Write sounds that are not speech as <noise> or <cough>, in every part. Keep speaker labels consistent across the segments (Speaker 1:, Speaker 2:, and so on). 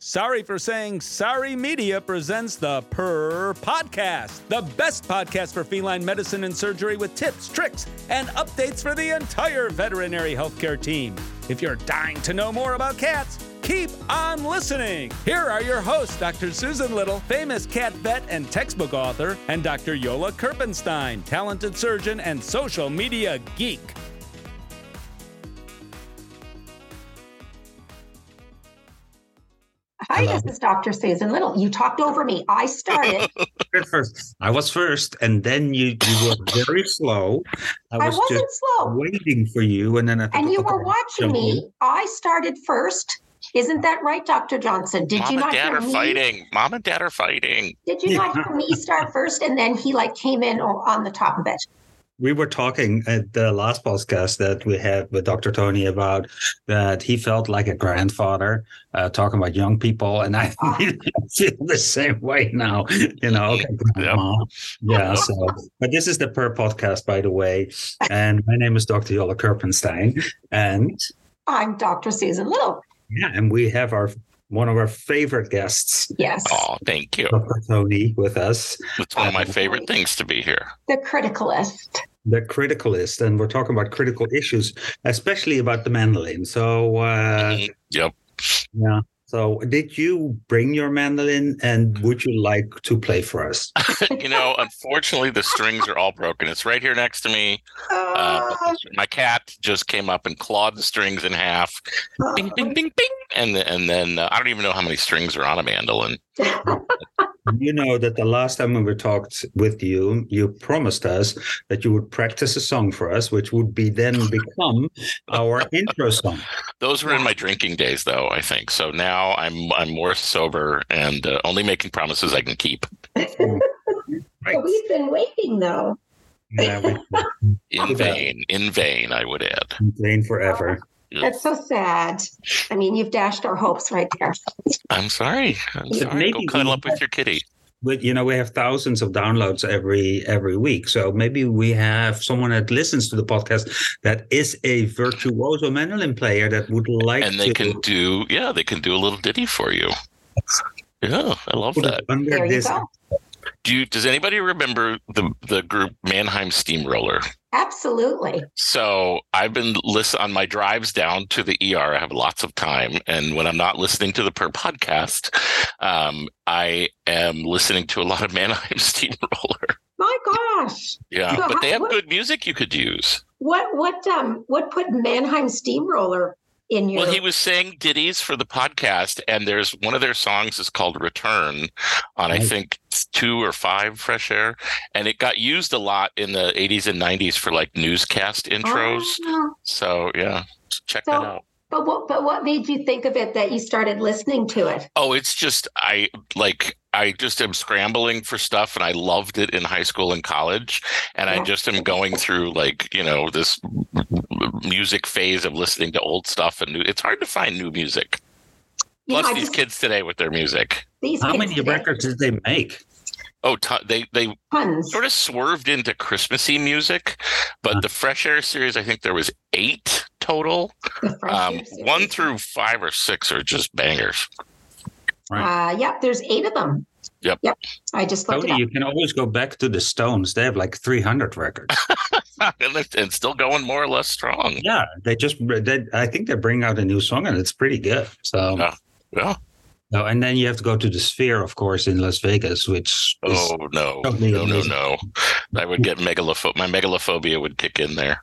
Speaker 1: Sorry for saying sorry media presents the Purr Podcast, the best podcast for feline medicine and surgery with tips, tricks, and updates for the entire veterinary healthcare team. If you're dying to know more about cats, keep on listening. Here are your hosts, Dr. Susan Little, famous cat vet and textbook author, and Dr. Yola Kerpenstein, talented surgeon and social media geek.
Speaker 2: Hi,
Speaker 3: Hello.
Speaker 2: this is Dr. Susan Little. You talked over me. I
Speaker 3: <laughs>
Speaker 2: started.
Speaker 3: You're first. I was first, and then you, you were very slow. I
Speaker 2: I
Speaker 3: was
Speaker 2: wasn't
Speaker 3: just
Speaker 2: slow.
Speaker 3: waiting for you, and then I
Speaker 2: And
Speaker 3: think-
Speaker 2: you were watching me. I started first. Isn't that right, Dr. Johnson? Did
Speaker 4: Mom
Speaker 2: you not
Speaker 4: and dad
Speaker 2: hear
Speaker 4: are
Speaker 2: me?
Speaker 4: fighting. Mom and dad are fighting.
Speaker 2: Did you not hear me
Speaker 3: <laughs>
Speaker 2: start first? And then he like came in o- on the top of it.
Speaker 3: We were talking at the last podcast that we had with Dr. Tony about that he felt like a grandfather uh, talking about young people, and I
Speaker 2: Ah.
Speaker 3: <laughs> feel the same way now. You
Speaker 2: <laughs>
Speaker 3: know, okay, grandma. yeah. So, but this is the Per podcast, by
Speaker 2: <laughs>
Speaker 3: the way, and my name is Dr. Yola Kerpenstein, and
Speaker 2: I'm Dr. Susan Little.
Speaker 3: yeah, and we have our one of our favorite guests.
Speaker 2: Yes.
Speaker 4: Oh,
Speaker 3: <laughs>
Speaker 4: thank you.
Speaker 3: Dr. Tony with us,
Speaker 4: It's one of my favorite things to be here.
Speaker 2: The criticalist.
Speaker 3: the criticalist, and we're talking about critical issues, especially about the mandolin. So, uh,
Speaker 4: Mhm. Yep.
Speaker 3: yeah. So, did you bring your mandolin, and would you like to play for us?
Speaker 4: you know, unfortunately, the strings are all broken. It's right here next to me. Uh, <laughs>
Speaker 2: Uh,
Speaker 4: my cat just came up and clawed the strings in half. Bing, bing, bing, bing. And, th- and then uh, I don't even know how many strings are on a mandolin.
Speaker 3: You know that the last time we were talked with you, you promised us that you would practice a song for us, which would be then become our intro song.
Speaker 4: Those were in my drinking days, though. I think so. Now I'm I'm more sober and uh, only making promises I can keep.
Speaker 2: but we've been waiting though.
Speaker 3: Yeah, we've
Speaker 4: In vain, in vain. I would add.
Speaker 3: been playing forever.
Speaker 2: That's so sad. I mean, you've dashed our hopes right there.
Speaker 4: I'm sorry. I'm
Speaker 2: Yeah,
Speaker 4: sorry. Go
Speaker 3: maybe we-
Speaker 4: cuddle up with your kitty.
Speaker 3: but you know we have thousands of downloads every every week so maybe we have someone that listens to the podcast that is a virtuoso mandolin player that would like
Speaker 4: and they
Speaker 3: to
Speaker 4: can do yeah they can do a little ditty for you yeah i love
Speaker 3: put
Speaker 4: that
Speaker 3: it under
Speaker 2: There you
Speaker 3: this
Speaker 2: go.
Speaker 4: do you, does anybody remember the the group mannheim steamroller
Speaker 2: Absolutely.
Speaker 4: so i've been listen on my drives down to the er i have lots of time and when i'm not listening to the per podcast um i am listening to a lot of <laughs> mannheim steamroller
Speaker 2: My gosh.
Speaker 4: yeah
Speaker 2: Well,
Speaker 4: but they
Speaker 2: how-
Speaker 4: have
Speaker 2: what-
Speaker 4: good music you could use
Speaker 2: What what um what put Mannheim Steamroller in your
Speaker 4: well he was saying ditties for the podcast and there's one of their songs is called return on I
Speaker 3: Right.
Speaker 4: think two or five fresh air, and it got used a lot in the 80s and 90s for like newscast intros.
Speaker 2: Ah,
Speaker 4: So yeah, check
Speaker 2: So-
Speaker 4: that out.
Speaker 2: but what but what made you think of it that you started listening to it?
Speaker 4: Oh, it's just I like I just am scrambling for stuff, and I loved it in high school and college, and
Speaker 2: Yeah.
Speaker 4: I just am going through like you know this music phase of listening to old stuff and new. It's hard to find new music.
Speaker 2: You know,
Speaker 4: Plus
Speaker 2: I
Speaker 4: these
Speaker 2: just-
Speaker 4: kids today with their music.
Speaker 2: these
Speaker 3: <laughs> how
Speaker 2: kids
Speaker 3: many
Speaker 2: today,
Speaker 3: records did they make
Speaker 4: Oh, ton- they they
Speaker 2: tons.
Speaker 4: sort of swerved into Christmassy music, but
Speaker 2: Uh-huh.
Speaker 4: the Fresh Air series, I think there was eight total.
Speaker 2: The Fresh
Speaker 4: Um,
Speaker 2: Air series.
Speaker 4: one through five or six are just bangers. <laughs>
Speaker 2: uh yep, there's eight of them.
Speaker 4: Yep.
Speaker 2: Yep. I just looked
Speaker 3: tony
Speaker 2: it
Speaker 3: you can always go back to the stones they have like 300
Speaker 4: <laughs>
Speaker 3: records
Speaker 4: and it's- and still going more or less strong.
Speaker 3: yeah they just they, i think they bring out a new song and it's pretty good so
Speaker 4: Yeah. Yeah.
Speaker 3: no, and then you have to go to the sphere of course in las vegas which is
Speaker 4: Oh no.
Speaker 3: Don't need
Speaker 4: No, no,
Speaker 3: music.
Speaker 4: no. I would get megalopho my megalophobia would kick in there.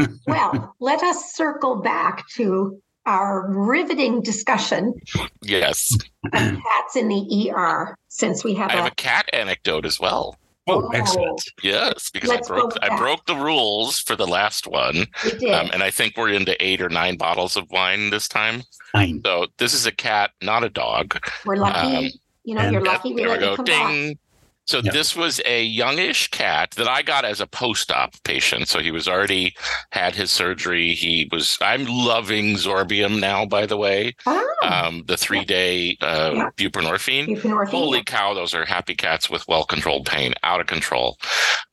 Speaker 2: up. Well, let us circle back to our riveting discussion
Speaker 4: Yes.
Speaker 2: of
Speaker 3: <clears throat>
Speaker 2: cats in the ER since we have,
Speaker 4: I have
Speaker 2: a,
Speaker 4: a cat anecdote as well.
Speaker 3: oh
Speaker 2: Oh.
Speaker 3: excellent
Speaker 4: Yes, because
Speaker 2: Let's
Speaker 4: I
Speaker 2: go
Speaker 4: broke
Speaker 2: with
Speaker 4: I
Speaker 2: that.
Speaker 4: broke the rules for the last one.
Speaker 2: we did.
Speaker 4: Um, and I think we're into eight or nine bottles of wine this time.
Speaker 2: Oh.
Speaker 3: fine
Speaker 4: So this is a cat, not a dog.
Speaker 2: we're lucky.
Speaker 4: um,
Speaker 2: you know,
Speaker 3: and
Speaker 2: you're
Speaker 4: Yeah,
Speaker 2: lucky we
Speaker 4: there
Speaker 2: let
Speaker 4: we
Speaker 2: you
Speaker 4: go.
Speaker 2: come back.
Speaker 4: Ding. So
Speaker 3: Yeah.
Speaker 4: this was a youngish cat that I got as a post-op patient. So he was already had his surgery. He was. I'm loving Zorbium now. By the way,
Speaker 2: Ah,
Speaker 4: um, the three-day uh,
Speaker 2: Yeah.
Speaker 4: buprenorphine.
Speaker 2: buprenorphine.
Speaker 4: Holy cow, those are happy cats with well controlled pain, out of control.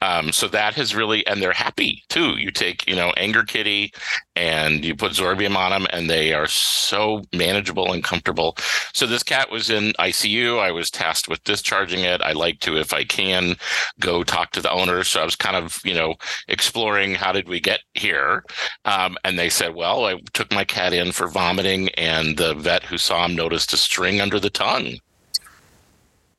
Speaker 4: Um, so that has really, and they're happy too. You take, you know, Anger Kitty and you put Zorbium on them, and they are so manageable and comfortable. So this cat was in ICU. I was tasked with discharging it. I like to, if I can, go talk to the owner. So I was kind of, you know, exploring how did we get here, um, and they said, well, I took my cat in for vomiting, and the vet who saw him noticed a string under the tongue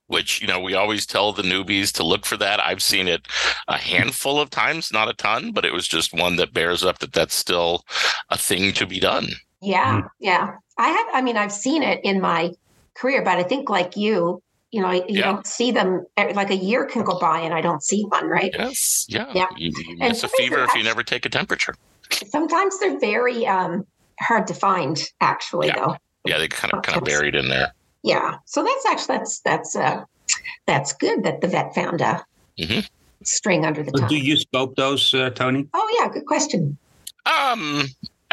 Speaker 4: which you know we always tell the newbies to look for that i've seen it a handful of times not a ton but it was just one that bears up that that's still a thing to be done
Speaker 2: yeah
Speaker 4: Mm.
Speaker 2: yeah i have i mean i've seen it in my career but i think like you you know you
Speaker 4: Yeah.
Speaker 2: don't see them e-, like a year can go by and i don't see one right
Speaker 4: yes yeah,
Speaker 2: Yeah.
Speaker 4: You, you
Speaker 2: And
Speaker 4: miss a
Speaker 2: what is
Speaker 4: fever
Speaker 2: it
Speaker 4: if you
Speaker 2: actu-
Speaker 4: never take a temperature
Speaker 2: sometimes they're very um hard to find actually
Speaker 4: Yeah.
Speaker 2: though
Speaker 4: yeah they kind of kind of
Speaker 2: Sometimes.
Speaker 4: buried in there
Speaker 2: yeah so that's actually that's that's uh that's good that the vet found a
Speaker 4: Mhm.
Speaker 2: string under the
Speaker 3: So
Speaker 2: tongue
Speaker 3: do you scope those, uh, Tony?
Speaker 2: oh yeah good question
Speaker 4: um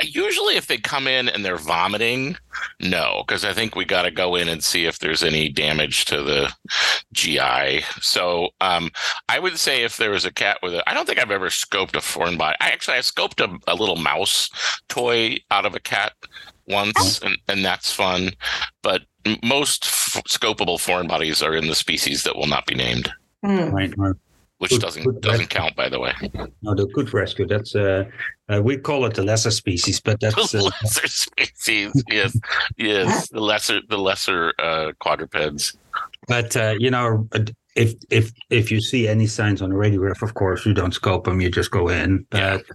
Speaker 4: usually if they come in and they're vomiting no because i think we got to go in and see if there's any damage to the GI. So um, I would say if there was a cat with a, I don't think I've ever scoped a foreign body. I actually I scoped a, a little mouse toy out of a cat once, and, and that's fun. But m- most f- scopable foreign bodies are in the species that will not be named,
Speaker 2: Hmm.
Speaker 3: Right. right.
Speaker 4: which
Speaker 3: Good-
Speaker 4: doesn't
Speaker 3: good
Speaker 4: doesn't count, by the way.
Speaker 3: No, the good rescue. That's uh, uh, we call it the lesser species, but that's uh,
Speaker 4: <laughs> The lesser species, yes, yes, the lesser the lesser uh, quadrupeds.
Speaker 3: but uh, you know if if if you see any signs on the radiograph, of course you don't scope them. You just go in.
Speaker 4: Yeah.
Speaker 3: But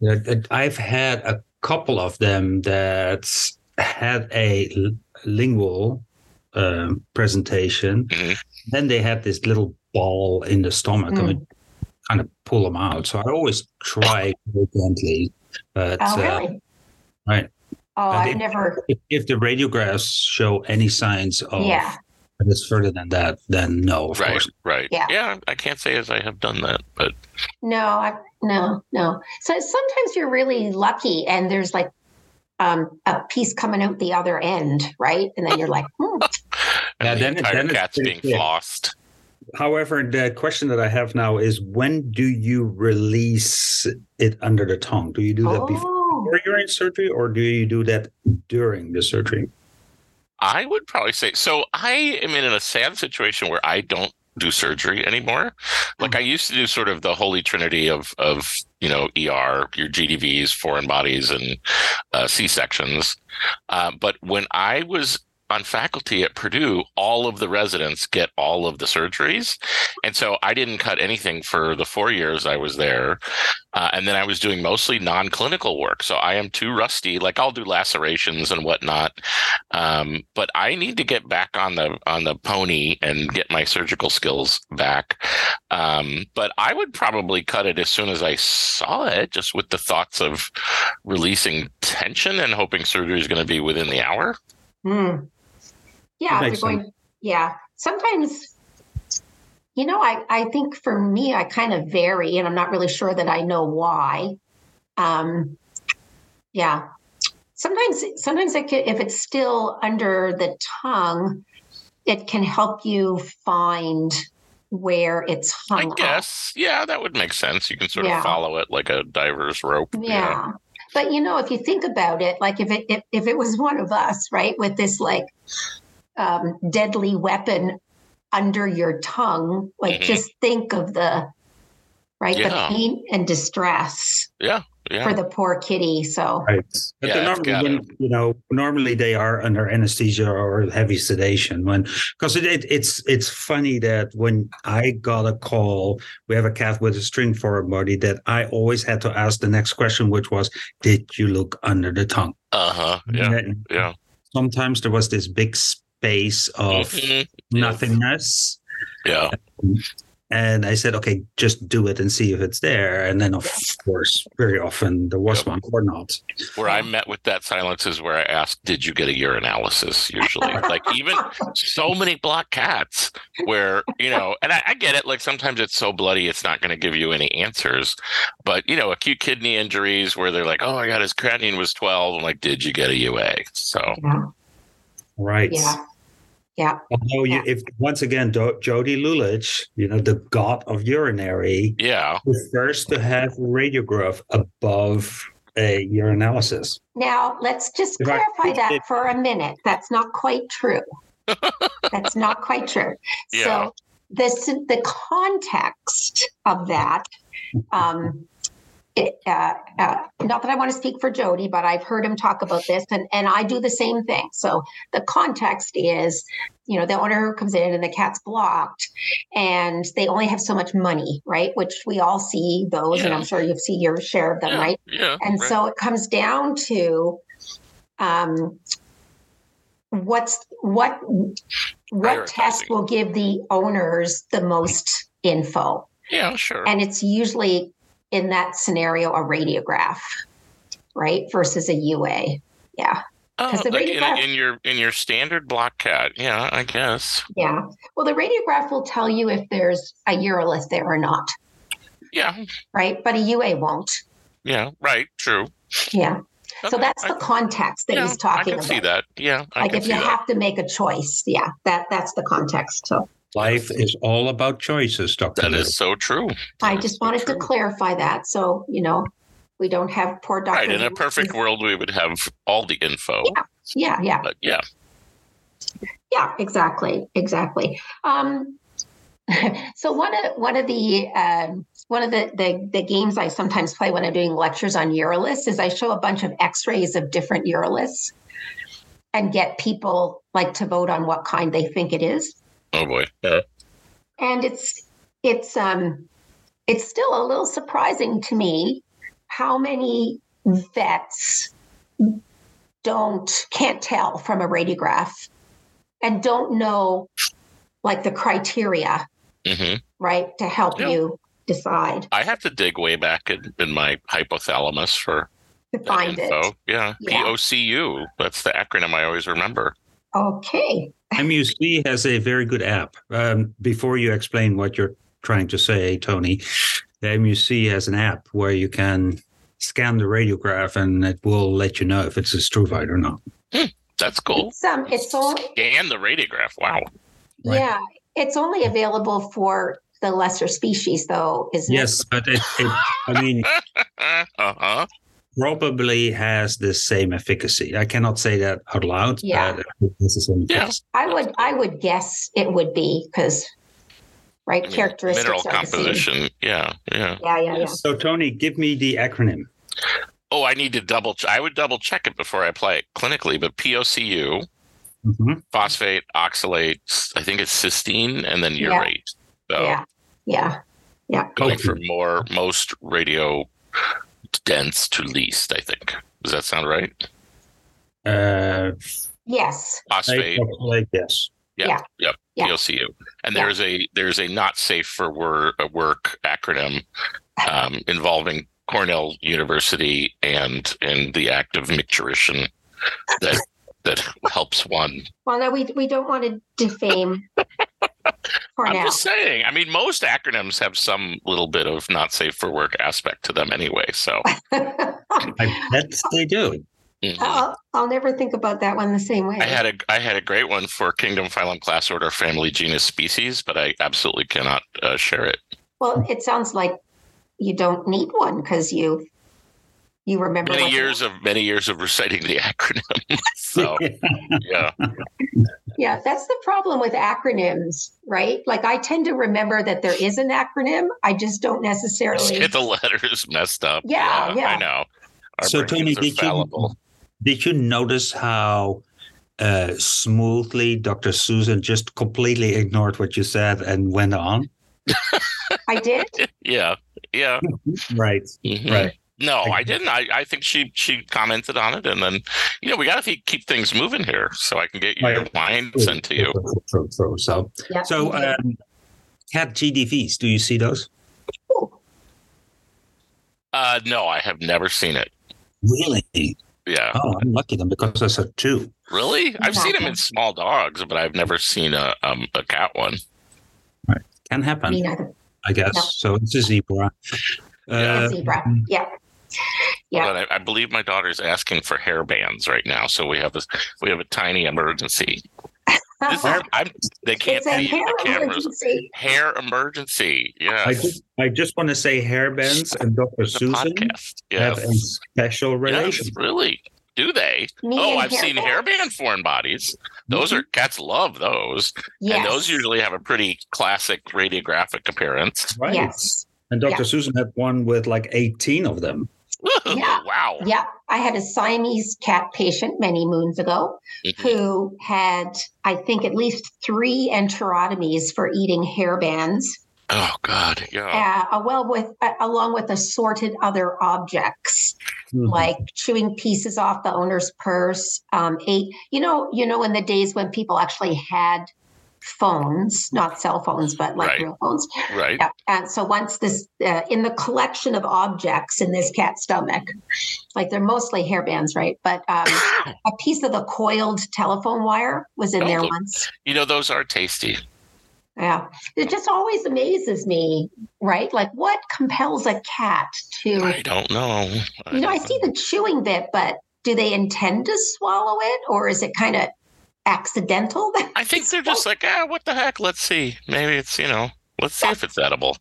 Speaker 3: yeah, it- I've had a couple of them that had a l- lingual um, presentation.
Speaker 4: Mhm.
Speaker 3: Then they had this little ball in the stomach. I
Speaker 2: Mm.
Speaker 3: mean, kind of pull them out. So I always try very gently, but.
Speaker 2: oh
Speaker 3: uh,
Speaker 2: really
Speaker 3: right.
Speaker 2: oh
Speaker 3: And
Speaker 2: i've
Speaker 3: it-
Speaker 2: never
Speaker 3: if, if the radiographs show any signs of
Speaker 2: yeah
Speaker 3: that it's further than that, then no, of
Speaker 4: right,
Speaker 3: course.
Speaker 4: right.
Speaker 2: Yeah.
Speaker 4: yeah. I can't say as I have done that, but
Speaker 2: No, I, no, no. So sometimes you're really lucky, and there's like um, a piece coming out the other end, right? And then you're like, hmm,
Speaker 3: Yeah, then
Speaker 4: and the
Speaker 3: it-
Speaker 4: entire
Speaker 3: then it's
Speaker 4: cat's
Speaker 3: pretty
Speaker 4: being
Speaker 3: clear.
Speaker 4: flossed.
Speaker 3: However, the question that I have now is when do you release it under the tongue? Do you do that before
Speaker 2: oh,
Speaker 3: you're in surgery or do you do that during the surgery?
Speaker 4: I would probably say so. I am in a sad situation where I don't do surgery anymore. Like I used to do sort of the holy trinity of of you know ER, your GDVs, foreign bodies, and uh, C sections. Uh, but when I was on faculty at Purdue, all of the residents get all of the surgeries, and so I didn't cut anything for the four years I was there. Uh, and then I was doing mostly non-clinical work, so I am too rusty. Like I'll do lacerations and whatnot, um, but I need to get back on the on the pony and get my surgical skills back. Um, but I would probably cut it as soon as I saw it, just with the thoughts of releasing tension and hoping surgery is going to be within the hour.
Speaker 2: hmm. yeah,
Speaker 3: That
Speaker 2: if
Speaker 3: makes
Speaker 2: you're going, yeah. Sometimes, you know, I I think for me, I kind of vary, and I'm not really sure that I know why. Um, yeah. Sometimes, sometimes it can, if it's still under the tongue, it can help you find where it's
Speaker 4: I
Speaker 2: hung
Speaker 4: guess, yeah, that would make sense. You can sort
Speaker 2: Oh, Yeah.
Speaker 4: of follow it like a diver's rope.
Speaker 2: up.
Speaker 4: you
Speaker 2: Yeah.
Speaker 4: know?
Speaker 2: But you know, if you think about it, like if it if, if it was one of us, right, with this like um, deadly weapon under your tongue, like
Speaker 4: Mhm.
Speaker 2: just think of the right
Speaker 4: Yeah.
Speaker 2: the pain and distress
Speaker 4: yeah.
Speaker 2: for the poor kitty. So
Speaker 3: Right. But
Speaker 4: Yeah,
Speaker 3: they're
Speaker 4: it's
Speaker 3: normally,
Speaker 4: gotta-
Speaker 3: when, you know, normally they are under anesthesia or heavy sedation when because it, it, it's it's funny that when I got a call, we have a cat with a string for a body that I always had to ask the next question, which was, did you look under the tongue?
Speaker 4: uh huh. Yeah.
Speaker 3: And
Speaker 4: Yeah.
Speaker 3: Sometimes there was this big space of
Speaker 4: Mhm.
Speaker 3: nothingness.
Speaker 4: Yeah.
Speaker 3: And I said, okay, just do it and see if it's there. And then, of course, very often there was
Speaker 4: Yep.
Speaker 3: one or not.
Speaker 4: Where I met with that silence is where I asked, "Did you get a urinalysis?" Usually, like even so many black cats where you know and I, I get it like sometimes it's so bloody it's not going to give you any answers but you know acute kidney injuries where they're like oh my god his creatinine was 12 i'm like did you get a ua so
Speaker 2: yeah,
Speaker 3: Right.
Speaker 2: yeah,
Speaker 3: Although, you,
Speaker 2: Yeah.
Speaker 3: if once again, Do- Jody Lulich, you know, the god of urinary,
Speaker 4: yeah
Speaker 3: prefers to have radiograph above a urinalysis.
Speaker 2: Now, let's just
Speaker 3: If I-
Speaker 2: clarify that
Speaker 3: if-
Speaker 2: for a minute. That's not quite
Speaker 4: <laughs>
Speaker 2: true. That's not quite true.
Speaker 4: Yeah.
Speaker 2: So, this the context of that. Um, it, uh, uh, not that I want to speak for Jody, but I've heard him talk about this, and and I do the same thing. So the context is, you know, the owner comes in and the cat's blocked, and they only have so much money, right? Which we all see those, and
Speaker 4: Yeah.
Speaker 2: I'm sure you've seen your share of them,
Speaker 4: yeah,
Speaker 2: right?
Speaker 4: yeah,
Speaker 2: And
Speaker 4: right.
Speaker 2: so it comes down to um, what's what what test
Speaker 4: Prioritizing.
Speaker 2: will give the owners the most info,
Speaker 4: yeah, sure.
Speaker 2: and it's usually in that scenario a radiograph, right, versus a UA. Yeah,
Speaker 4: Oh,
Speaker 2: 'Cause the
Speaker 4: like
Speaker 2: radio
Speaker 4: in,
Speaker 2: has-
Speaker 4: in your in your standard block cat, yeah, I guess.
Speaker 2: yeah. Well, the radiograph will tell you if there's a urolith there or not,
Speaker 4: Yeah,
Speaker 2: right? But a UA won't.
Speaker 4: yeah, right, true.
Speaker 2: Yeah. So
Speaker 4: Okay,
Speaker 2: that's
Speaker 4: I-
Speaker 2: the context that
Speaker 4: yeah,
Speaker 2: he's talking
Speaker 4: I can
Speaker 2: about.
Speaker 4: see that. Yeah, I
Speaker 2: like
Speaker 4: can
Speaker 2: if
Speaker 4: see
Speaker 2: you
Speaker 4: that.
Speaker 2: have to make a choice, yeah, that that's the context. So.
Speaker 3: Life is all about choices, Dr.
Speaker 4: that
Speaker 3: Little.
Speaker 4: is so true.
Speaker 2: I
Speaker 4: That is
Speaker 2: just
Speaker 4: so
Speaker 2: wanted to
Speaker 4: true.
Speaker 2: clarify that. So, you know, we don't have poor Dr.
Speaker 4: Right, in a perfect world, we would have all the info.
Speaker 2: Yeah, yeah,
Speaker 4: But yeah,
Speaker 2: yeah, exactly, exactly. Um, <laughs> so one of one of the um one of the, the the games I sometimes play when I'm doing lectures on uroliths is I show a bunch of X-rays of different uroliths and get people like to vote on what kind they think it is.
Speaker 4: oh boy, yeah,
Speaker 2: and it's it's um it's still a little surprising to me how many vets don't can't tell from a radiograph and don't know like the criteria
Speaker 4: hmm
Speaker 2: right to help
Speaker 4: Yeah.
Speaker 2: you decide
Speaker 4: I have to dig way back in, in my hypothalamus for
Speaker 2: to
Speaker 4: that
Speaker 2: find it
Speaker 4: info. Yeah,
Speaker 2: Yeah.
Speaker 4: POCU. That's the acronym I always remember.
Speaker 2: okay
Speaker 3: MUC has a very good app. Um, before you explain what you're trying to say, Tony, the MUC has an app where you can scan the radiograph and it will let you know if it's a struvite or not.
Speaker 4: That's cool.
Speaker 2: it's um it's only
Speaker 4: And the radiograph. Wow.
Speaker 3: Right.
Speaker 2: yeah it's only available for the lesser species though isn't
Speaker 3: Yes,
Speaker 2: it
Speaker 3: but it, it I mean,
Speaker 4: Uh huh.
Speaker 3: probably has the same efficacy. I cannot say that out loud.
Speaker 2: Yeah.
Speaker 3: But it has the same
Speaker 4: Yeah.
Speaker 3: efficacy.
Speaker 2: i would i would guess it would be because right characteristics
Speaker 4: Mineral
Speaker 2: are the same.
Speaker 4: composition. Yeah, yeah.
Speaker 2: Yeah, yeah, yeah.
Speaker 3: So, Tony, give me the acronym.
Speaker 4: Oh, I need to double. Ch- I would double check it before I apply it clinically. But POCU,
Speaker 3: Mhm.
Speaker 4: phosphate, oxalate. s- I think it's cysteine, and then
Speaker 2: Yeah.
Speaker 4: urate. So
Speaker 2: Yeah. Yeah.
Speaker 4: going
Speaker 3: Okay.
Speaker 4: from more most radio dense to least. I think. Does that sound right?
Speaker 3: Uh,
Speaker 2: Yes.
Speaker 4: Phosphate.
Speaker 3: Like this.
Speaker 4: Yeah.
Speaker 2: Yeah.
Speaker 4: Yep.
Speaker 2: Yeah.
Speaker 4: POCU. And
Speaker 2: Yeah.
Speaker 4: there's a there's a not safe for wor- uh, work acronym um, involving Cornell University and and the act of micturition that that helps one.
Speaker 2: Well, no, we we don't want to defame
Speaker 4: <laughs> I'm
Speaker 2: Cornell. <laughs>
Speaker 4: just saying. I mean, most acronyms have some little bit of not safe for work aspect to them anyway.
Speaker 2: <laughs>
Speaker 4: So
Speaker 3: I bet they do.
Speaker 4: mhm.
Speaker 2: I'll, I'll never think about that one the same way.
Speaker 4: I had a I had a great one for kingdom, phylum, class, order, family, genus, species, but I absolutely cannot uh, share it.
Speaker 2: well, it sounds like you don't need one because you you remember
Speaker 4: Many
Speaker 2: what-
Speaker 4: years of many years of reciting the <laughs> acronym. <laughs> so
Speaker 2: <laughs>
Speaker 4: yeah.
Speaker 2: Yeah, that's the problem with acronyms, right? Like I tend to remember that there is an acronym. I just don't
Speaker 4: Just
Speaker 2: necessarily.
Speaker 4: get the letters messed up.
Speaker 2: Yeah, yeah.
Speaker 4: I know. Our
Speaker 3: So, Tony,
Speaker 4: brains are
Speaker 3: did you-
Speaker 4: fallible.
Speaker 3: <laughs> Did you notice how uh, smoothly Dr. Susan just completely ignored what you said and went on?
Speaker 2: I did.
Speaker 4: Yeah,
Speaker 3: <laughs>
Speaker 4: yeah,
Speaker 3: Right.
Speaker 4: mhm.
Speaker 3: Right.
Speaker 4: No,
Speaker 3: I-
Speaker 4: I didn't. I, I think she she commented on it, and then you know we got to keep things moving here, so I can get your
Speaker 3: Right.
Speaker 4: wine sent to you.
Speaker 3: True, true, true. So,
Speaker 2: Yeah.
Speaker 3: so
Speaker 2: I did.
Speaker 3: um, cat GDVs, do you see those?
Speaker 2: Ooh,
Speaker 4: Uh, no, I have never seen it.
Speaker 3: Really?
Speaker 4: Yeah,
Speaker 3: Oh, I'm lucky then because I saw two.
Speaker 4: really? I've seen
Speaker 2: Exactly.
Speaker 4: them in small dogs, but I've never seen a um, a cat one.
Speaker 3: Can
Speaker 2: I
Speaker 3: happen,
Speaker 2: mean, I-
Speaker 3: I guess.
Speaker 2: Yeah.
Speaker 3: So it's a zebra.
Speaker 4: Yeah.
Speaker 3: Uh,
Speaker 2: zebra. Yeah. Yeah.
Speaker 4: But I, I believe my daughter's asking for hair bands right now, so we have a we have a tiny emergency. This is, I'm, they can't
Speaker 2: Oh. it's a
Speaker 4: see
Speaker 2: hair
Speaker 4: the cameras.
Speaker 2: emergency.
Speaker 4: Hair emergency.
Speaker 3: I
Speaker 4: Yes.
Speaker 3: just, I just want to say hairbands and Dr.
Speaker 4: The
Speaker 3: Susan
Speaker 4: podcast.
Speaker 3: have
Speaker 4: Yes.
Speaker 3: a special relation.
Speaker 4: Yes, really. Do they?
Speaker 2: Me
Speaker 4: oh,
Speaker 2: and
Speaker 4: I've seen
Speaker 2: hairbands.
Speaker 4: hairband foreign bodies. Those
Speaker 3: Mm-hmm.
Speaker 4: are cats love those, and those
Speaker 2: Yes.
Speaker 4: usually have a pretty classic radiographic appearance. <laughs>
Speaker 3: Right.
Speaker 2: Yes.
Speaker 3: And Dr.
Speaker 2: Yeah.
Speaker 3: Susan had one with like 18 of them.
Speaker 2: Yeah.
Speaker 4: wow.
Speaker 2: Yeah. I had a Siamese cat patient many moons ago
Speaker 4: Mhm.
Speaker 2: who had, I think, at least three enterotomies for eating hairbands,
Speaker 4: Oh God. Yeah.
Speaker 2: uh, uh, well, with uh, along with assorted other objects
Speaker 4: Mm-hmm.
Speaker 2: like chewing pieces off the owner's purse. Um, ate, you know, you know, in the days when people actually had phones, not cell phones, but like
Speaker 4: Right.
Speaker 2: real phones.
Speaker 4: Right.
Speaker 2: Yeah. And so once this uh, in the collection of objects in this cat's stomach, like they're mostly hairbands, right? But
Speaker 4: <coughs>
Speaker 2: um, a piece of the coiled telephone wire was in there
Speaker 4: Oh.
Speaker 2: once.
Speaker 4: You know those are tasty.
Speaker 2: Yeah, it just always amazes me, right? Like what compels a cat to?
Speaker 4: I don't know.
Speaker 2: You know, I
Speaker 4: don't
Speaker 2: see the chewing bit, but do they intend to swallow it, or is it kind of accidental?
Speaker 4: I think they're just like, ah, what the heck? Let's see. Maybe it's, you know, let's see if it's edible.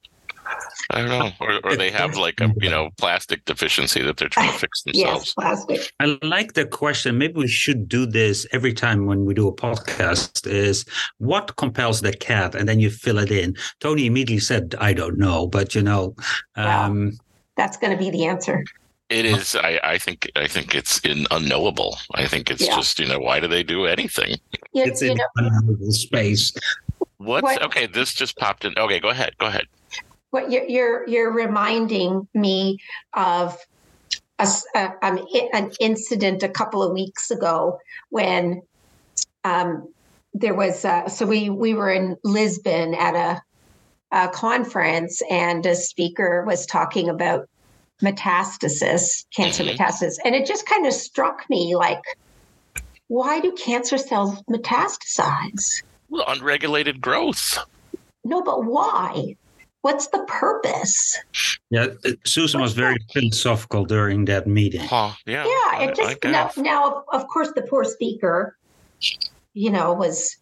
Speaker 4: I don't know. Or, or they have like a, you know, plastic deficiency that they're trying to fix
Speaker 2: <laughs> yes,
Speaker 4: themselves.
Speaker 2: plastic.
Speaker 3: I like the question. Maybe we should do this every time when we do a podcast is what compels the cat? And then you fill it in. Tony immediately said, I don't know, but you know, um,
Speaker 2: That's going to be the answer.
Speaker 4: It is, I, I think, I think it's in unknowable. I think it's
Speaker 2: Yeah.
Speaker 4: just, you know, why do they do anything?
Speaker 2: You,
Speaker 3: it's
Speaker 2: you
Speaker 3: in
Speaker 2: know,
Speaker 3: unknowable space.
Speaker 4: What's,
Speaker 2: What-
Speaker 4: okay, this just popped in. Okay, go ahead. Go ahead.
Speaker 2: what you're you're, you're reminding me of a s- a- um, i- an incident a couple of weeks ago when um, there was uh, so we we were in Lisbon at a, a conference and a speaker was talking about metastasis, cancer
Speaker 4: Mhm.
Speaker 2: metastasis, and it just kind of struck me like, why do cancer cells metastasize?
Speaker 4: Well, unregulated growth.
Speaker 2: No, but why? What's the purpose?
Speaker 3: Yeah. uh, Susan was very philosophical during that meeting.
Speaker 4: Huh. Yeah.
Speaker 2: yeah
Speaker 4: I-
Speaker 2: it
Speaker 4: I
Speaker 2: just
Speaker 4: guess.
Speaker 2: now, now of, of course the poor speaker you know was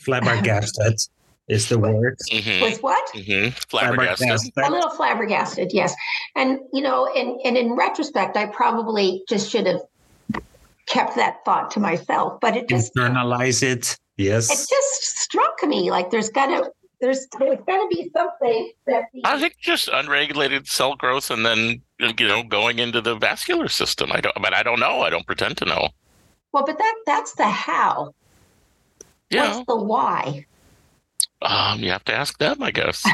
Speaker 3: Flabbergasted is the word.
Speaker 4: Mhm,
Speaker 2: was what
Speaker 4: mhm. Flabbergasted.
Speaker 2: a little flabbergasted yes and you know and and in retrospect i probably just should have kept that thought to myself but it just
Speaker 3: Internalize it. Yes.
Speaker 2: it just struck me like there's gotta there's there's gotta be something that the-
Speaker 4: I think just unregulated cell growth, and then you know going into the vascular system. I don't, but I don't know. I don't pretend to know.
Speaker 2: well but that that's the how
Speaker 4: Yeah,
Speaker 2: what's the why
Speaker 4: um, you have to ask them, I guess.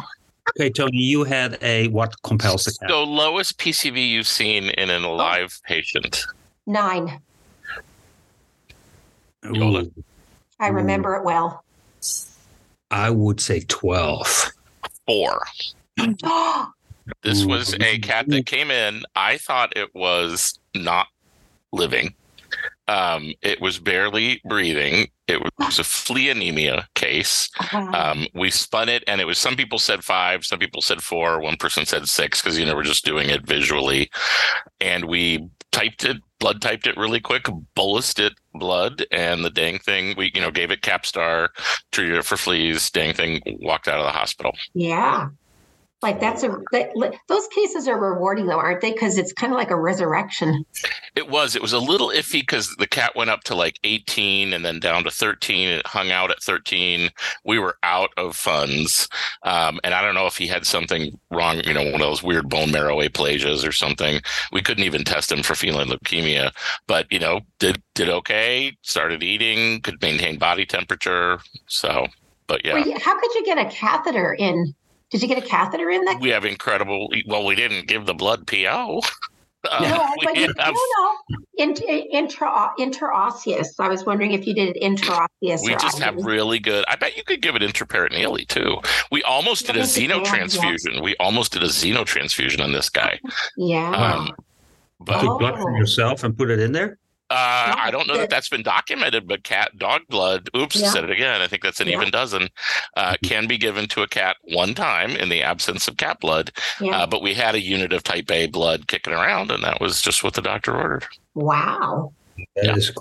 Speaker 3: Okay, Tony, you had a what compels the cat?
Speaker 4: So lowest PCV you've seen in an alive patient.
Speaker 2: nine
Speaker 4: Yola.
Speaker 3: Ooh,
Speaker 2: i
Speaker 4: Mm.
Speaker 3: Ooh.
Speaker 2: remember it well <gasps>
Speaker 3: I would say 12.
Speaker 4: Four. Uh, This was a cat that came in. I thought it was not living. Um, it was barely breathing. It was a flea anemia case.
Speaker 2: Wow.
Speaker 4: Um, we spun it, and it was some people said five, some people said four, one person said six because you know we're just doing it visually, and we typed it, blood typed it really quick, bolused it blood, and the dang thing we you know gave it Capstar, treated it for fleas, dang thing walked out of the hospital.
Speaker 2: Yeah. Like that's a that, li- those cases are rewarding though, aren't they? Because it's kind of like a resurrection.
Speaker 4: It was it was a little iffy because the cat went up to like eighteen and then down to thirteen. It hung out at thirteen. We were out of funds, um, and I don't know if he had something wrong. You know, one of those weird bone marrow aplasias or something. We couldn't even test him for feline leukemia, but you know, did did okay. Started eating, could maintain body temperature. So, but yeah,
Speaker 2: Were you- how could you get a catheter in? Did you get a catheter in that?
Speaker 4: we have incredible. Well, we didn't give the blood <laughs> PO. Um, <laughs>
Speaker 2: no,
Speaker 4: we
Speaker 2: but you, no,
Speaker 4: have-
Speaker 2: no. In, intra, interosseous. I was wondering if you did it interosseous.
Speaker 4: We
Speaker 2: or
Speaker 4: just have
Speaker 2: osseous.
Speaker 4: really good. I bet you could give it intraperitoneally too. We almost did a
Speaker 2: Yeah, we could, yeah,
Speaker 4: xenotransfusion. We almost did a xenotransfusion on this guy,
Speaker 2: yeah.
Speaker 4: um,
Speaker 3: You
Speaker 4: but uh,
Speaker 2: Oh.
Speaker 3: took blood from yourself and put it in there?
Speaker 4: I don't know that that's been documented. But cat dog blood. Oops,
Speaker 2: Yeah.
Speaker 4: said it again. I think that's an
Speaker 2: Yeah.
Speaker 4: even dozen. Uh, can be given to a cat one time in the absence of cat blood.
Speaker 2: yeah.
Speaker 4: Uh, but we had a unit of type A blood kicking around, and that was just what the doctor ordered.
Speaker 2: wow. Um,
Speaker 3: That
Speaker 4: Yeah.
Speaker 3: is-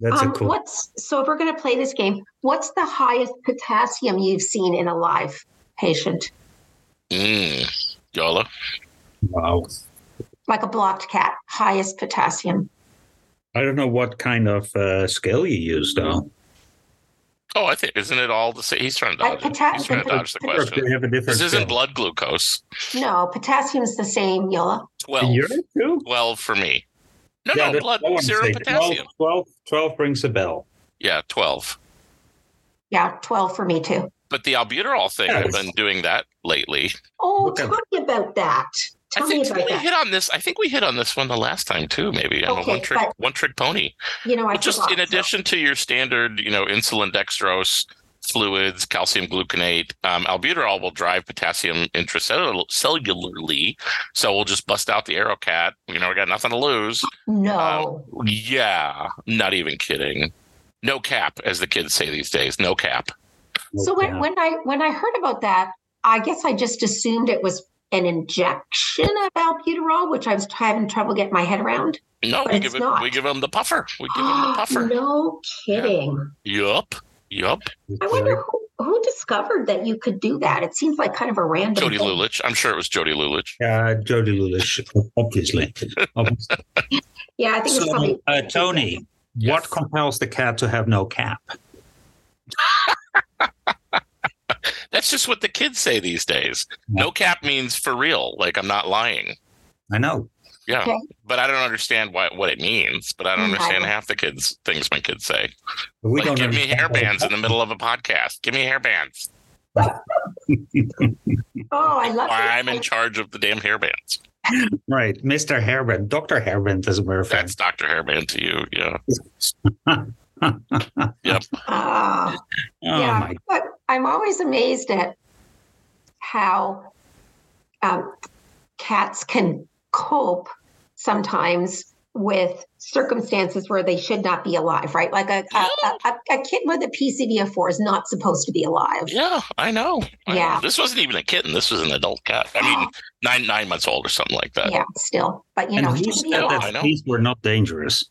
Speaker 3: that's a cool.
Speaker 2: What's so? If we're going to play this game, what's the highest potassium you've seen in a live patient,
Speaker 4: Mm. Yola.
Speaker 3: Wow.
Speaker 2: like a blocked cat? Highest potassium.
Speaker 3: I don't know what kind of uh, scale you use though.
Speaker 4: Oh, I think isn't it all the same? He's trying to
Speaker 2: I-
Speaker 4: dodge. it.
Speaker 2: pota-
Speaker 4: He's trying to
Speaker 2: the-
Speaker 4: dodge the
Speaker 2: the-
Speaker 3: Or if
Speaker 4: question.
Speaker 3: they have a different
Speaker 4: This
Speaker 3: scale.
Speaker 4: isn't blood glucose.
Speaker 2: No, potassium's the same, Yola.
Speaker 4: Twelve.
Speaker 3: Europe too?
Speaker 4: Twelve for me. No,
Speaker 3: Yeah,
Speaker 4: no,
Speaker 3: that's
Speaker 4: blood
Speaker 3: what I'm
Speaker 4: serum
Speaker 3: saying.
Speaker 4: potassium.
Speaker 3: 12, 12 12 rings a bell.
Speaker 4: Yeah, twelve.
Speaker 2: Yeah, twelve for me too.
Speaker 4: But the albuterol thing,
Speaker 3: Yeah,
Speaker 4: I've
Speaker 3: it's-
Speaker 4: been doing that lately.
Speaker 2: Oh,
Speaker 3: Okay.
Speaker 2: tell me about that. Tell
Speaker 4: I
Speaker 2: me
Speaker 4: think
Speaker 2: about
Speaker 4: we
Speaker 2: that.
Speaker 4: hit on this. I think we hit on this one the last time too. Maybe I'm
Speaker 2: Okay,
Speaker 4: a one trick
Speaker 2: but-
Speaker 4: one trick pony.
Speaker 2: You know, I
Speaker 4: Well, just
Speaker 2: forgot.
Speaker 4: in addition to your standard, you know, insulin, dextrose, fluids, calcium gluconate, um, albuterol will drive potassium intracellularly. So we'll just bust out the AeroCat. You know, we got nothing to lose.
Speaker 2: No,
Speaker 4: um, Yeah, not even kidding. No cap, as the kids say these days. No cap.
Speaker 2: So when,
Speaker 3: Okay.
Speaker 2: when I when I heard about that, I guess I just assumed it was an injection of albuterol, which I was having trouble getting my head around.
Speaker 4: No,
Speaker 2: But
Speaker 4: we
Speaker 2: it's
Speaker 4: give it,
Speaker 2: not.
Speaker 4: we give them the puffer. We <gasps> give them
Speaker 2: <gasps>
Speaker 4: the puffer.
Speaker 2: no kidding.
Speaker 4: Yup, yup.
Speaker 2: I wonder who, who discovered that you could do that. It seems like kind of a random.
Speaker 4: Jody
Speaker 2: thing.
Speaker 4: Lulich. I'm sure it was Jody Lulich.
Speaker 3: Yeah, uh, Jody Lulish,
Speaker 4: <laughs>
Speaker 3: obviously. Obviously.
Speaker 2: Yeah, I think it's
Speaker 3: so,
Speaker 2: probably
Speaker 3: uh, Tony, what compels the cat to have no cap?
Speaker 4: That's just what the kids say these days. No cap means for real. Like I'm not lying.
Speaker 3: I know.
Speaker 4: Yeah.
Speaker 2: Okay.
Speaker 4: But I don't understand what, what it means. But I don't
Speaker 2: Mm, I
Speaker 4: understand
Speaker 2: don't-
Speaker 4: half the kids things my kids say.
Speaker 3: but We
Speaker 4: like,
Speaker 3: don't
Speaker 4: give me
Speaker 3: understand what
Speaker 4: hairbands
Speaker 3: it-
Speaker 4: in the middle of a podcast. Give me hairbands.
Speaker 2: Oh, I
Speaker 4: Or
Speaker 2: love
Speaker 4: I'm
Speaker 2: this.
Speaker 4: in charge of the damn hairbands.
Speaker 3: Right. Mr. Hairband, Dr. Hairband, as a matter of
Speaker 4: That's
Speaker 3: fact.
Speaker 4: Dr. Hairband to you. Yeah.
Speaker 2: Ah,
Speaker 3: Oh,
Speaker 2: yeah,
Speaker 3: my.
Speaker 2: but I'm always amazed at how um, cats can cope sometimes with circumstances where they should not be alive, right? Like a, a, a, a kitten with a PCVA4 is not supposed to be alive.
Speaker 4: Yeah, I know. I
Speaker 2: Yeah.
Speaker 4: know. This wasn't even a kitten. This was an adult cat. I
Speaker 2: <gasps>
Speaker 4: mean, nine nine months old or something like that.
Speaker 2: Yeah, still. But you
Speaker 3: And
Speaker 2: know,
Speaker 3: who
Speaker 2: should be
Speaker 3: said
Speaker 4: alive.
Speaker 2: alive.
Speaker 4: I know.
Speaker 3: that these were not dangerous?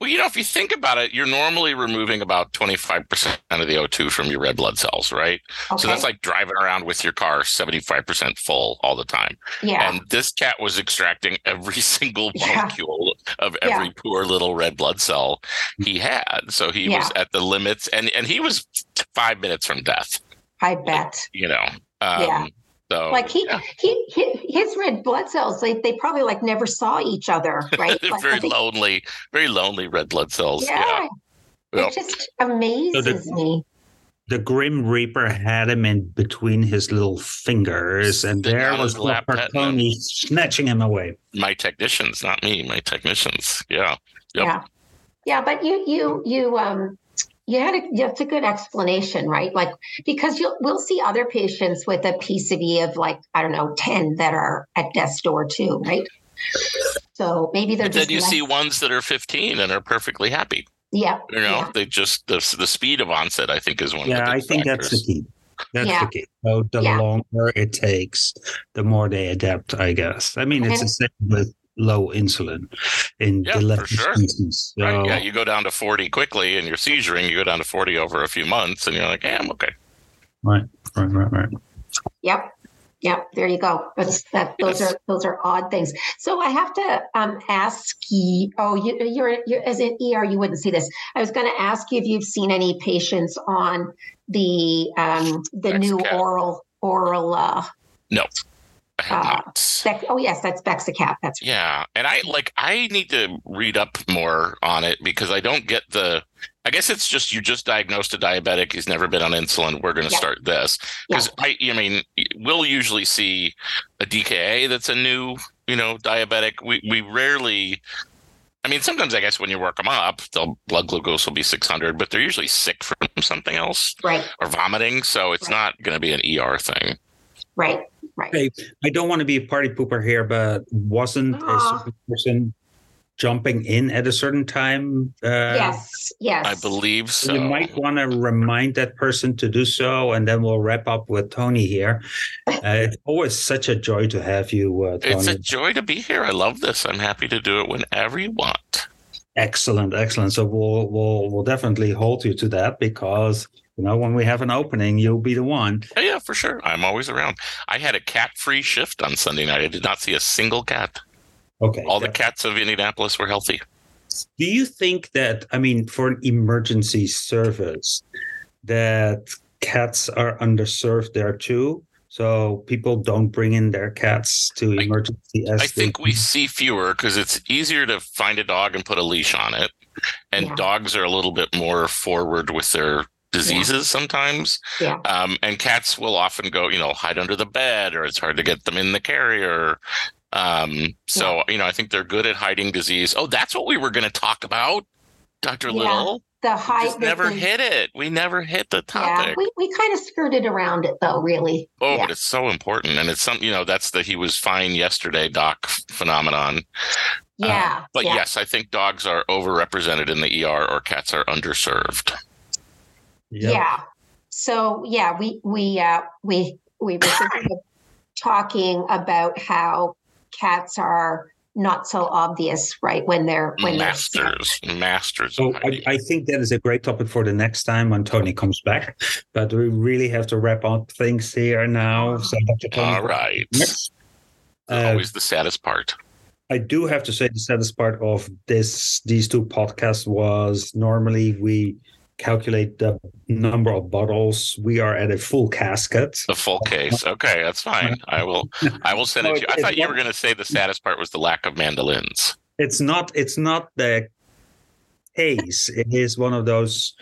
Speaker 4: Well, you know, if you think about it, you're normally removing about 25% of the O2 from your red blood cells, right?
Speaker 2: Okay.
Speaker 4: So that's like driving around with your car 75% full all the time.
Speaker 2: yeah.
Speaker 4: And this cat was extracting every <laughs> single
Speaker 2: Yeah.
Speaker 4: molecule of every poor little red blood cell he had. So he was at the limits and, and he was five minutes from death,
Speaker 2: I bet.
Speaker 4: you know? Um,
Speaker 2: Yeah.
Speaker 4: So,
Speaker 2: Like he,
Speaker 4: yeah.
Speaker 2: he, he, his red blood cells, they, they probably like never saw each
Speaker 4: <laughs>
Speaker 2: other, right?
Speaker 4: They're
Speaker 2: Like, I
Speaker 4: very
Speaker 2: think-
Speaker 4: lonely, very lonely red blood cells.
Speaker 2: Yeah.
Speaker 4: Yeah. Yeah.
Speaker 2: It just amazes me.
Speaker 3: The Grim Reaper had him in between his little fingers, and
Speaker 4: Sitting
Speaker 3: there
Speaker 4: on
Speaker 3: was
Speaker 4: his lap,
Speaker 3: Dr.
Speaker 4: petting him.
Speaker 3: Tony snatching him away.
Speaker 4: My technicians, not me, my technicians. Yeah. Yep.
Speaker 2: Yeah. Yeah, but you you you um you had a that's a good explanation, right? Like because you'll we'll see other patients with a PCV of like, I don't know, 10 that are at death's door too, right? So maybe they're
Speaker 4: But then
Speaker 2: just
Speaker 4: you
Speaker 2: less-
Speaker 4: see ones that are 15 and are perfectly happy.
Speaker 2: yeah,
Speaker 4: You know,
Speaker 2: Yeah.
Speaker 4: they just the, the speed of onset. I think is one. of
Speaker 3: Yeah,
Speaker 4: the
Speaker 3: I
Speaker 4: big
Speaker 3: think that's the
Speaker 4: factors.
Speaker 3: key. That's
Speaker 2: Yeah.
Speaker 3: the key. So the
Speaker 2: Yeah.
Speaker 3: longer it takes, the more they adapt, I guess. I mean, it's
Speaker 2: And-
Speaker 3: the same with low insulin in
Speaker 4: Yeah,
Speaker 3: the
Speaker 4: for
Speaker 3: left
Speaker 4: sure.
Speaker 3: species. So,
Speaker 4: Right? Yeah, you go down to 40 quickly, and you're seizuring. You go down to 40 over a few months, and you're like, "Yeah, I'm okay."
Speaker 3: right, right, right.
Speaker 2: Yep. Yep. There you go. That's that. Those
Speaker 4: Yes.
Speaker 2: are those are odd things. So I have to um, ask you. Oh, you, you're, you're as an ER, you wouldn't see this. I was going to ask you if you've seen any patients on the um, the new
Speaker 4: Bexacat.
Speaker 2: oral oral. Uh,
Speaker 4: I have
Speaker 2: Ah.
Speaker 4: not.
Speaker 2: Bex, oh yes, that's Bexacat. That's
Speaker 4: Yeah, and I like I need to read up more on it because I don't get the. I guess it's just you just diagnosed a diabetic. He's never been on insulin. We're going to
Speaker 2: Yeah.
Speaker 4: start this because I. I mean, we'll usually see a DKA that's a new, you know, diabetic. We we rarely. I mean, sometimes I guess when you work them up, the blood glucose will be 600, but they're usually sick from something else
Speaker 2: right,
Speaker 4: or vomiting, so it's
Speaker 2: Right.
Speaker 4: not going to be an ER thing.
Speaker 2: right, right.
Speaker 3: Okay, I don't want to be a party pooper here, but wasn't a
Speaker 2: Aw.
Speaker 3: certain person jumping in at a certain time? Uh,
Speaker 2: yes, yes.
Speaker 4: I believe so.
Speaker 3: You might want to remind that person to do so, and then we'll wrap up with Tony here. Uh, it's always such a joy to have you, uh, Tony.
Speaker 4: It's a joy to be here. I love this. I'm happy to do it whenever you want.
Speaker 3: Excellent, excellent. So we'll we'll we'll definitely hold you to that because you know when we have an opening, you'll be the one.
Speaker 4: Oh, Yeah, yeah, for sure. I'm always around. I had a cat-free shift on Sunday night. I did not see a single cat.
Speaker 3: Okay.
Speaker 4: All the cats of Indianapolis were healthy.
Speaker 3: Do you think that I mean for an emergency service that cats are underserved there too? So people don't bring in their cats to
Speaker 4: I-
Speaker 3: emergency. as
Speaker 4: I
Speaker 3: they-
Speaker 4: think we see fewer because it's easier to find a dog and put a leash on it. And
Speaker 2: Yeah.
Speaker 4: dogs are a little bit more forward with their diseases sometimes.
Speaker 2: Yeah.
Speaker 4: Um, and cats will often go, you know, hide under the bed or it's hard to get them in the carrier. Um, so, you know, I think they're good at hiding disease. Oh, that's what we were going to talk about, Dr.
Speaker 2: Yeah.
Speaker 4: Little.
Speaker 2: The
Speaker 4: We
Speaker 2: high
Speaker 4: just never hit it. We never hit the
Speaker 2: Yeah,
Speaker 4: topic.
Speaker 2: we, we kind of skirted around it though, really.
Speaker 4: Oh,
Speaker 2: yeah.
Speaker 4: but it's so important. And it's something, you know, that's the he was fine yesterday doc phenomenon. uh,
Speaker 2: yeah.
Speaker 4: But
Speaker 2: yeah.
Speaker 4: yes, I think dogs are overrepresented in the ER or cats are underserved.
Speaker 3: Yep.
Speaker 2: Yeah. So yeah, we we uh, we we were thinking of talking about how cats are not so obvious, right? When they're when they're
Speaker 4: masters, masters.
Speaker 3: So
Speaker 4: of
Speaker 3: I,
Speaker 4: hiding.
Speaker 3: I think that is a great topic for the next time when Tony comes back. But we really have to wrap up things here now. So Dr. Tony,
Speaker 4: All right.
Speaker 3: next. Uh,
Speaker 4: Always the saddest part.
Speaker 3: I do have to say the saddest part of this these two podcasts was normally we calculate the number of bottles. We are at a full casket.
Speaker 4: The full case. Okay,
Speaker 3: <laughs>
Speaker 4: that's fine. I will I will send it to you. I thought you were gonna say the saddest part was the lack of mandolins.
Speaker 3: It's not it's not the case. It is one of those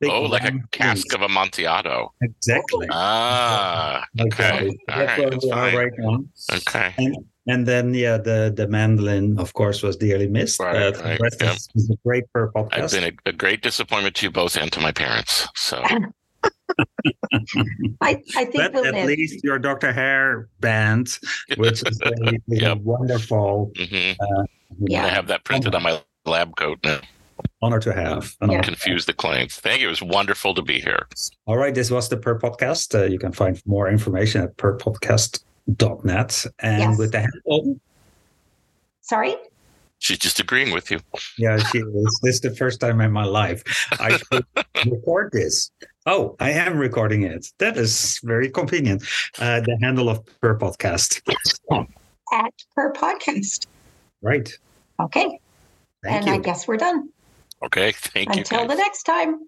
Speaker 3: big
Speaker 4: Oh, like a
Speaker 3: round
Speaker 4: cask
Speaker 3: things.
Speaker 4: of Amontillado.
Speaker 3: Exactly.
Speaker 4: Ah
Speaker 3: Like
Speaker 4: okay.
Speaker 3: that.
Speaker 4: All
Speaker 3: That's
Speaker 4: right,
Speaker 3: where
Speaker 4: that's
Speaker 3: we are
Speaker 4: fine.
Speaker 3: right now.
Speaker 4: okay.
Speaker 3: And, and then yeah, the the mandolin, of course, was dearly missed.
Speaker 4: Right,
Speaker 3: but
Speaker 4: right,
Speaker 3: the rest
Speaker 4: yeah.
Speaker 3: is, is a great per
Speaker 4: I've
Speaker 3: podcast.
Speaker 4: been a, a great disappointment to you both and to my parents. So
Speaker 2: I, I think
Speaker 3: But
Speaker 2: we'll
Speaker 3: at
Speaker 2: live.
Speaker 3: least your Dr. Hair band, <laughs> which
Speaker 4: <laughs>
Speaker 3: is a, is a
Speaker 4: Yep.
Speaker 3: wonderful
Speaker 4: hmm I
Speaker 2: Yeah.
Speaker 4: have that printed on my lab coat now.
Speaker 3: honor to have. An
Speaker 2: Yeah.
Speaker 3: honor.
Speaker 4: Confuse the claims. Thank you. It was wonderful to be here.
Speaker 3: All right, this was the Per Podcast. Uh, you can find more information at perpodcast.net. And
Speaker 2: Yes.
Speaker 3: with the hand on,
Speaker 2: Sorry.
Speaker 4: She's just agreeing with you.
Speaker 3: yeah, she is. This is the first time in my life
Speaker 2: <laughs>
Speaker 3: I should record this. Oh, I am recording it. That is very convenient. Uh, the handle of Per Podcast.
Speaker 2: At per podcast.
Speaker 3: Right.
Speaker 2: Okay.
Speaker 3: Thank
Speaker 2: and
Speaker 3: you.
Speaker 2: I guess we're done.
Speaker 4: Okay. <laughs> Thank you.
Speaker 2: Until
Speaker 4: guys.
Speaker 2: the next time.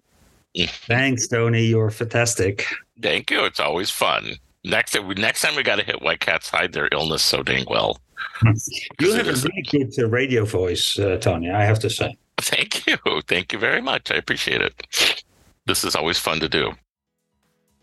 Speaker 3: Thanks, Tony. You're fantastic.
Speaker 4: Thank you. It's always fun. Next, next time we got to hit why cats hide their illness so dang well.
Speaker 3: <laughs> You
Speaker 4: Because
Speaker 3: have
Speaker 4: it
Speaker 3: a
Speaker 4: is-
Speaker 3: really good uh, radio voice, uh, Tony, I have to say.
Speaker 4: <laughs> Thank you. Thank you very much. I appreciate it. This is always fun to do.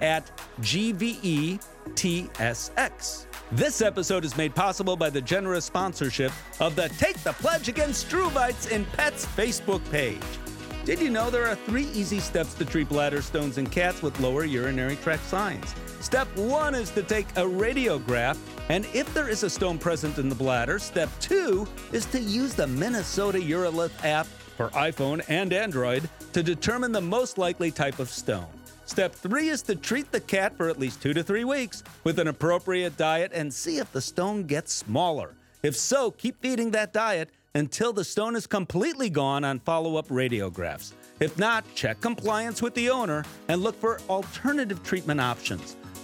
Speaker 1: at E GVETSX. This episode is made possible by the generous sponsorship of the Take the Pledge Against True Bites in Pets Facebook page. Did you know there are three easy steps to treat bladder stones in cats with lower urinary tract signs? Step one is to take a radiograph, and if there is a stone present in the bladder, step two is to use the Minnesota Urolith app for iPhone and Android to determine the most likely type of stone. Step three is to treat the cat for at least two to three weeks with an appropriate diet and see if the stone gets smaller. If so, keep feeding that diet until the stone is completely gone on follow up radiographs. If not, check compliance with the owner and look for alternative treatment options.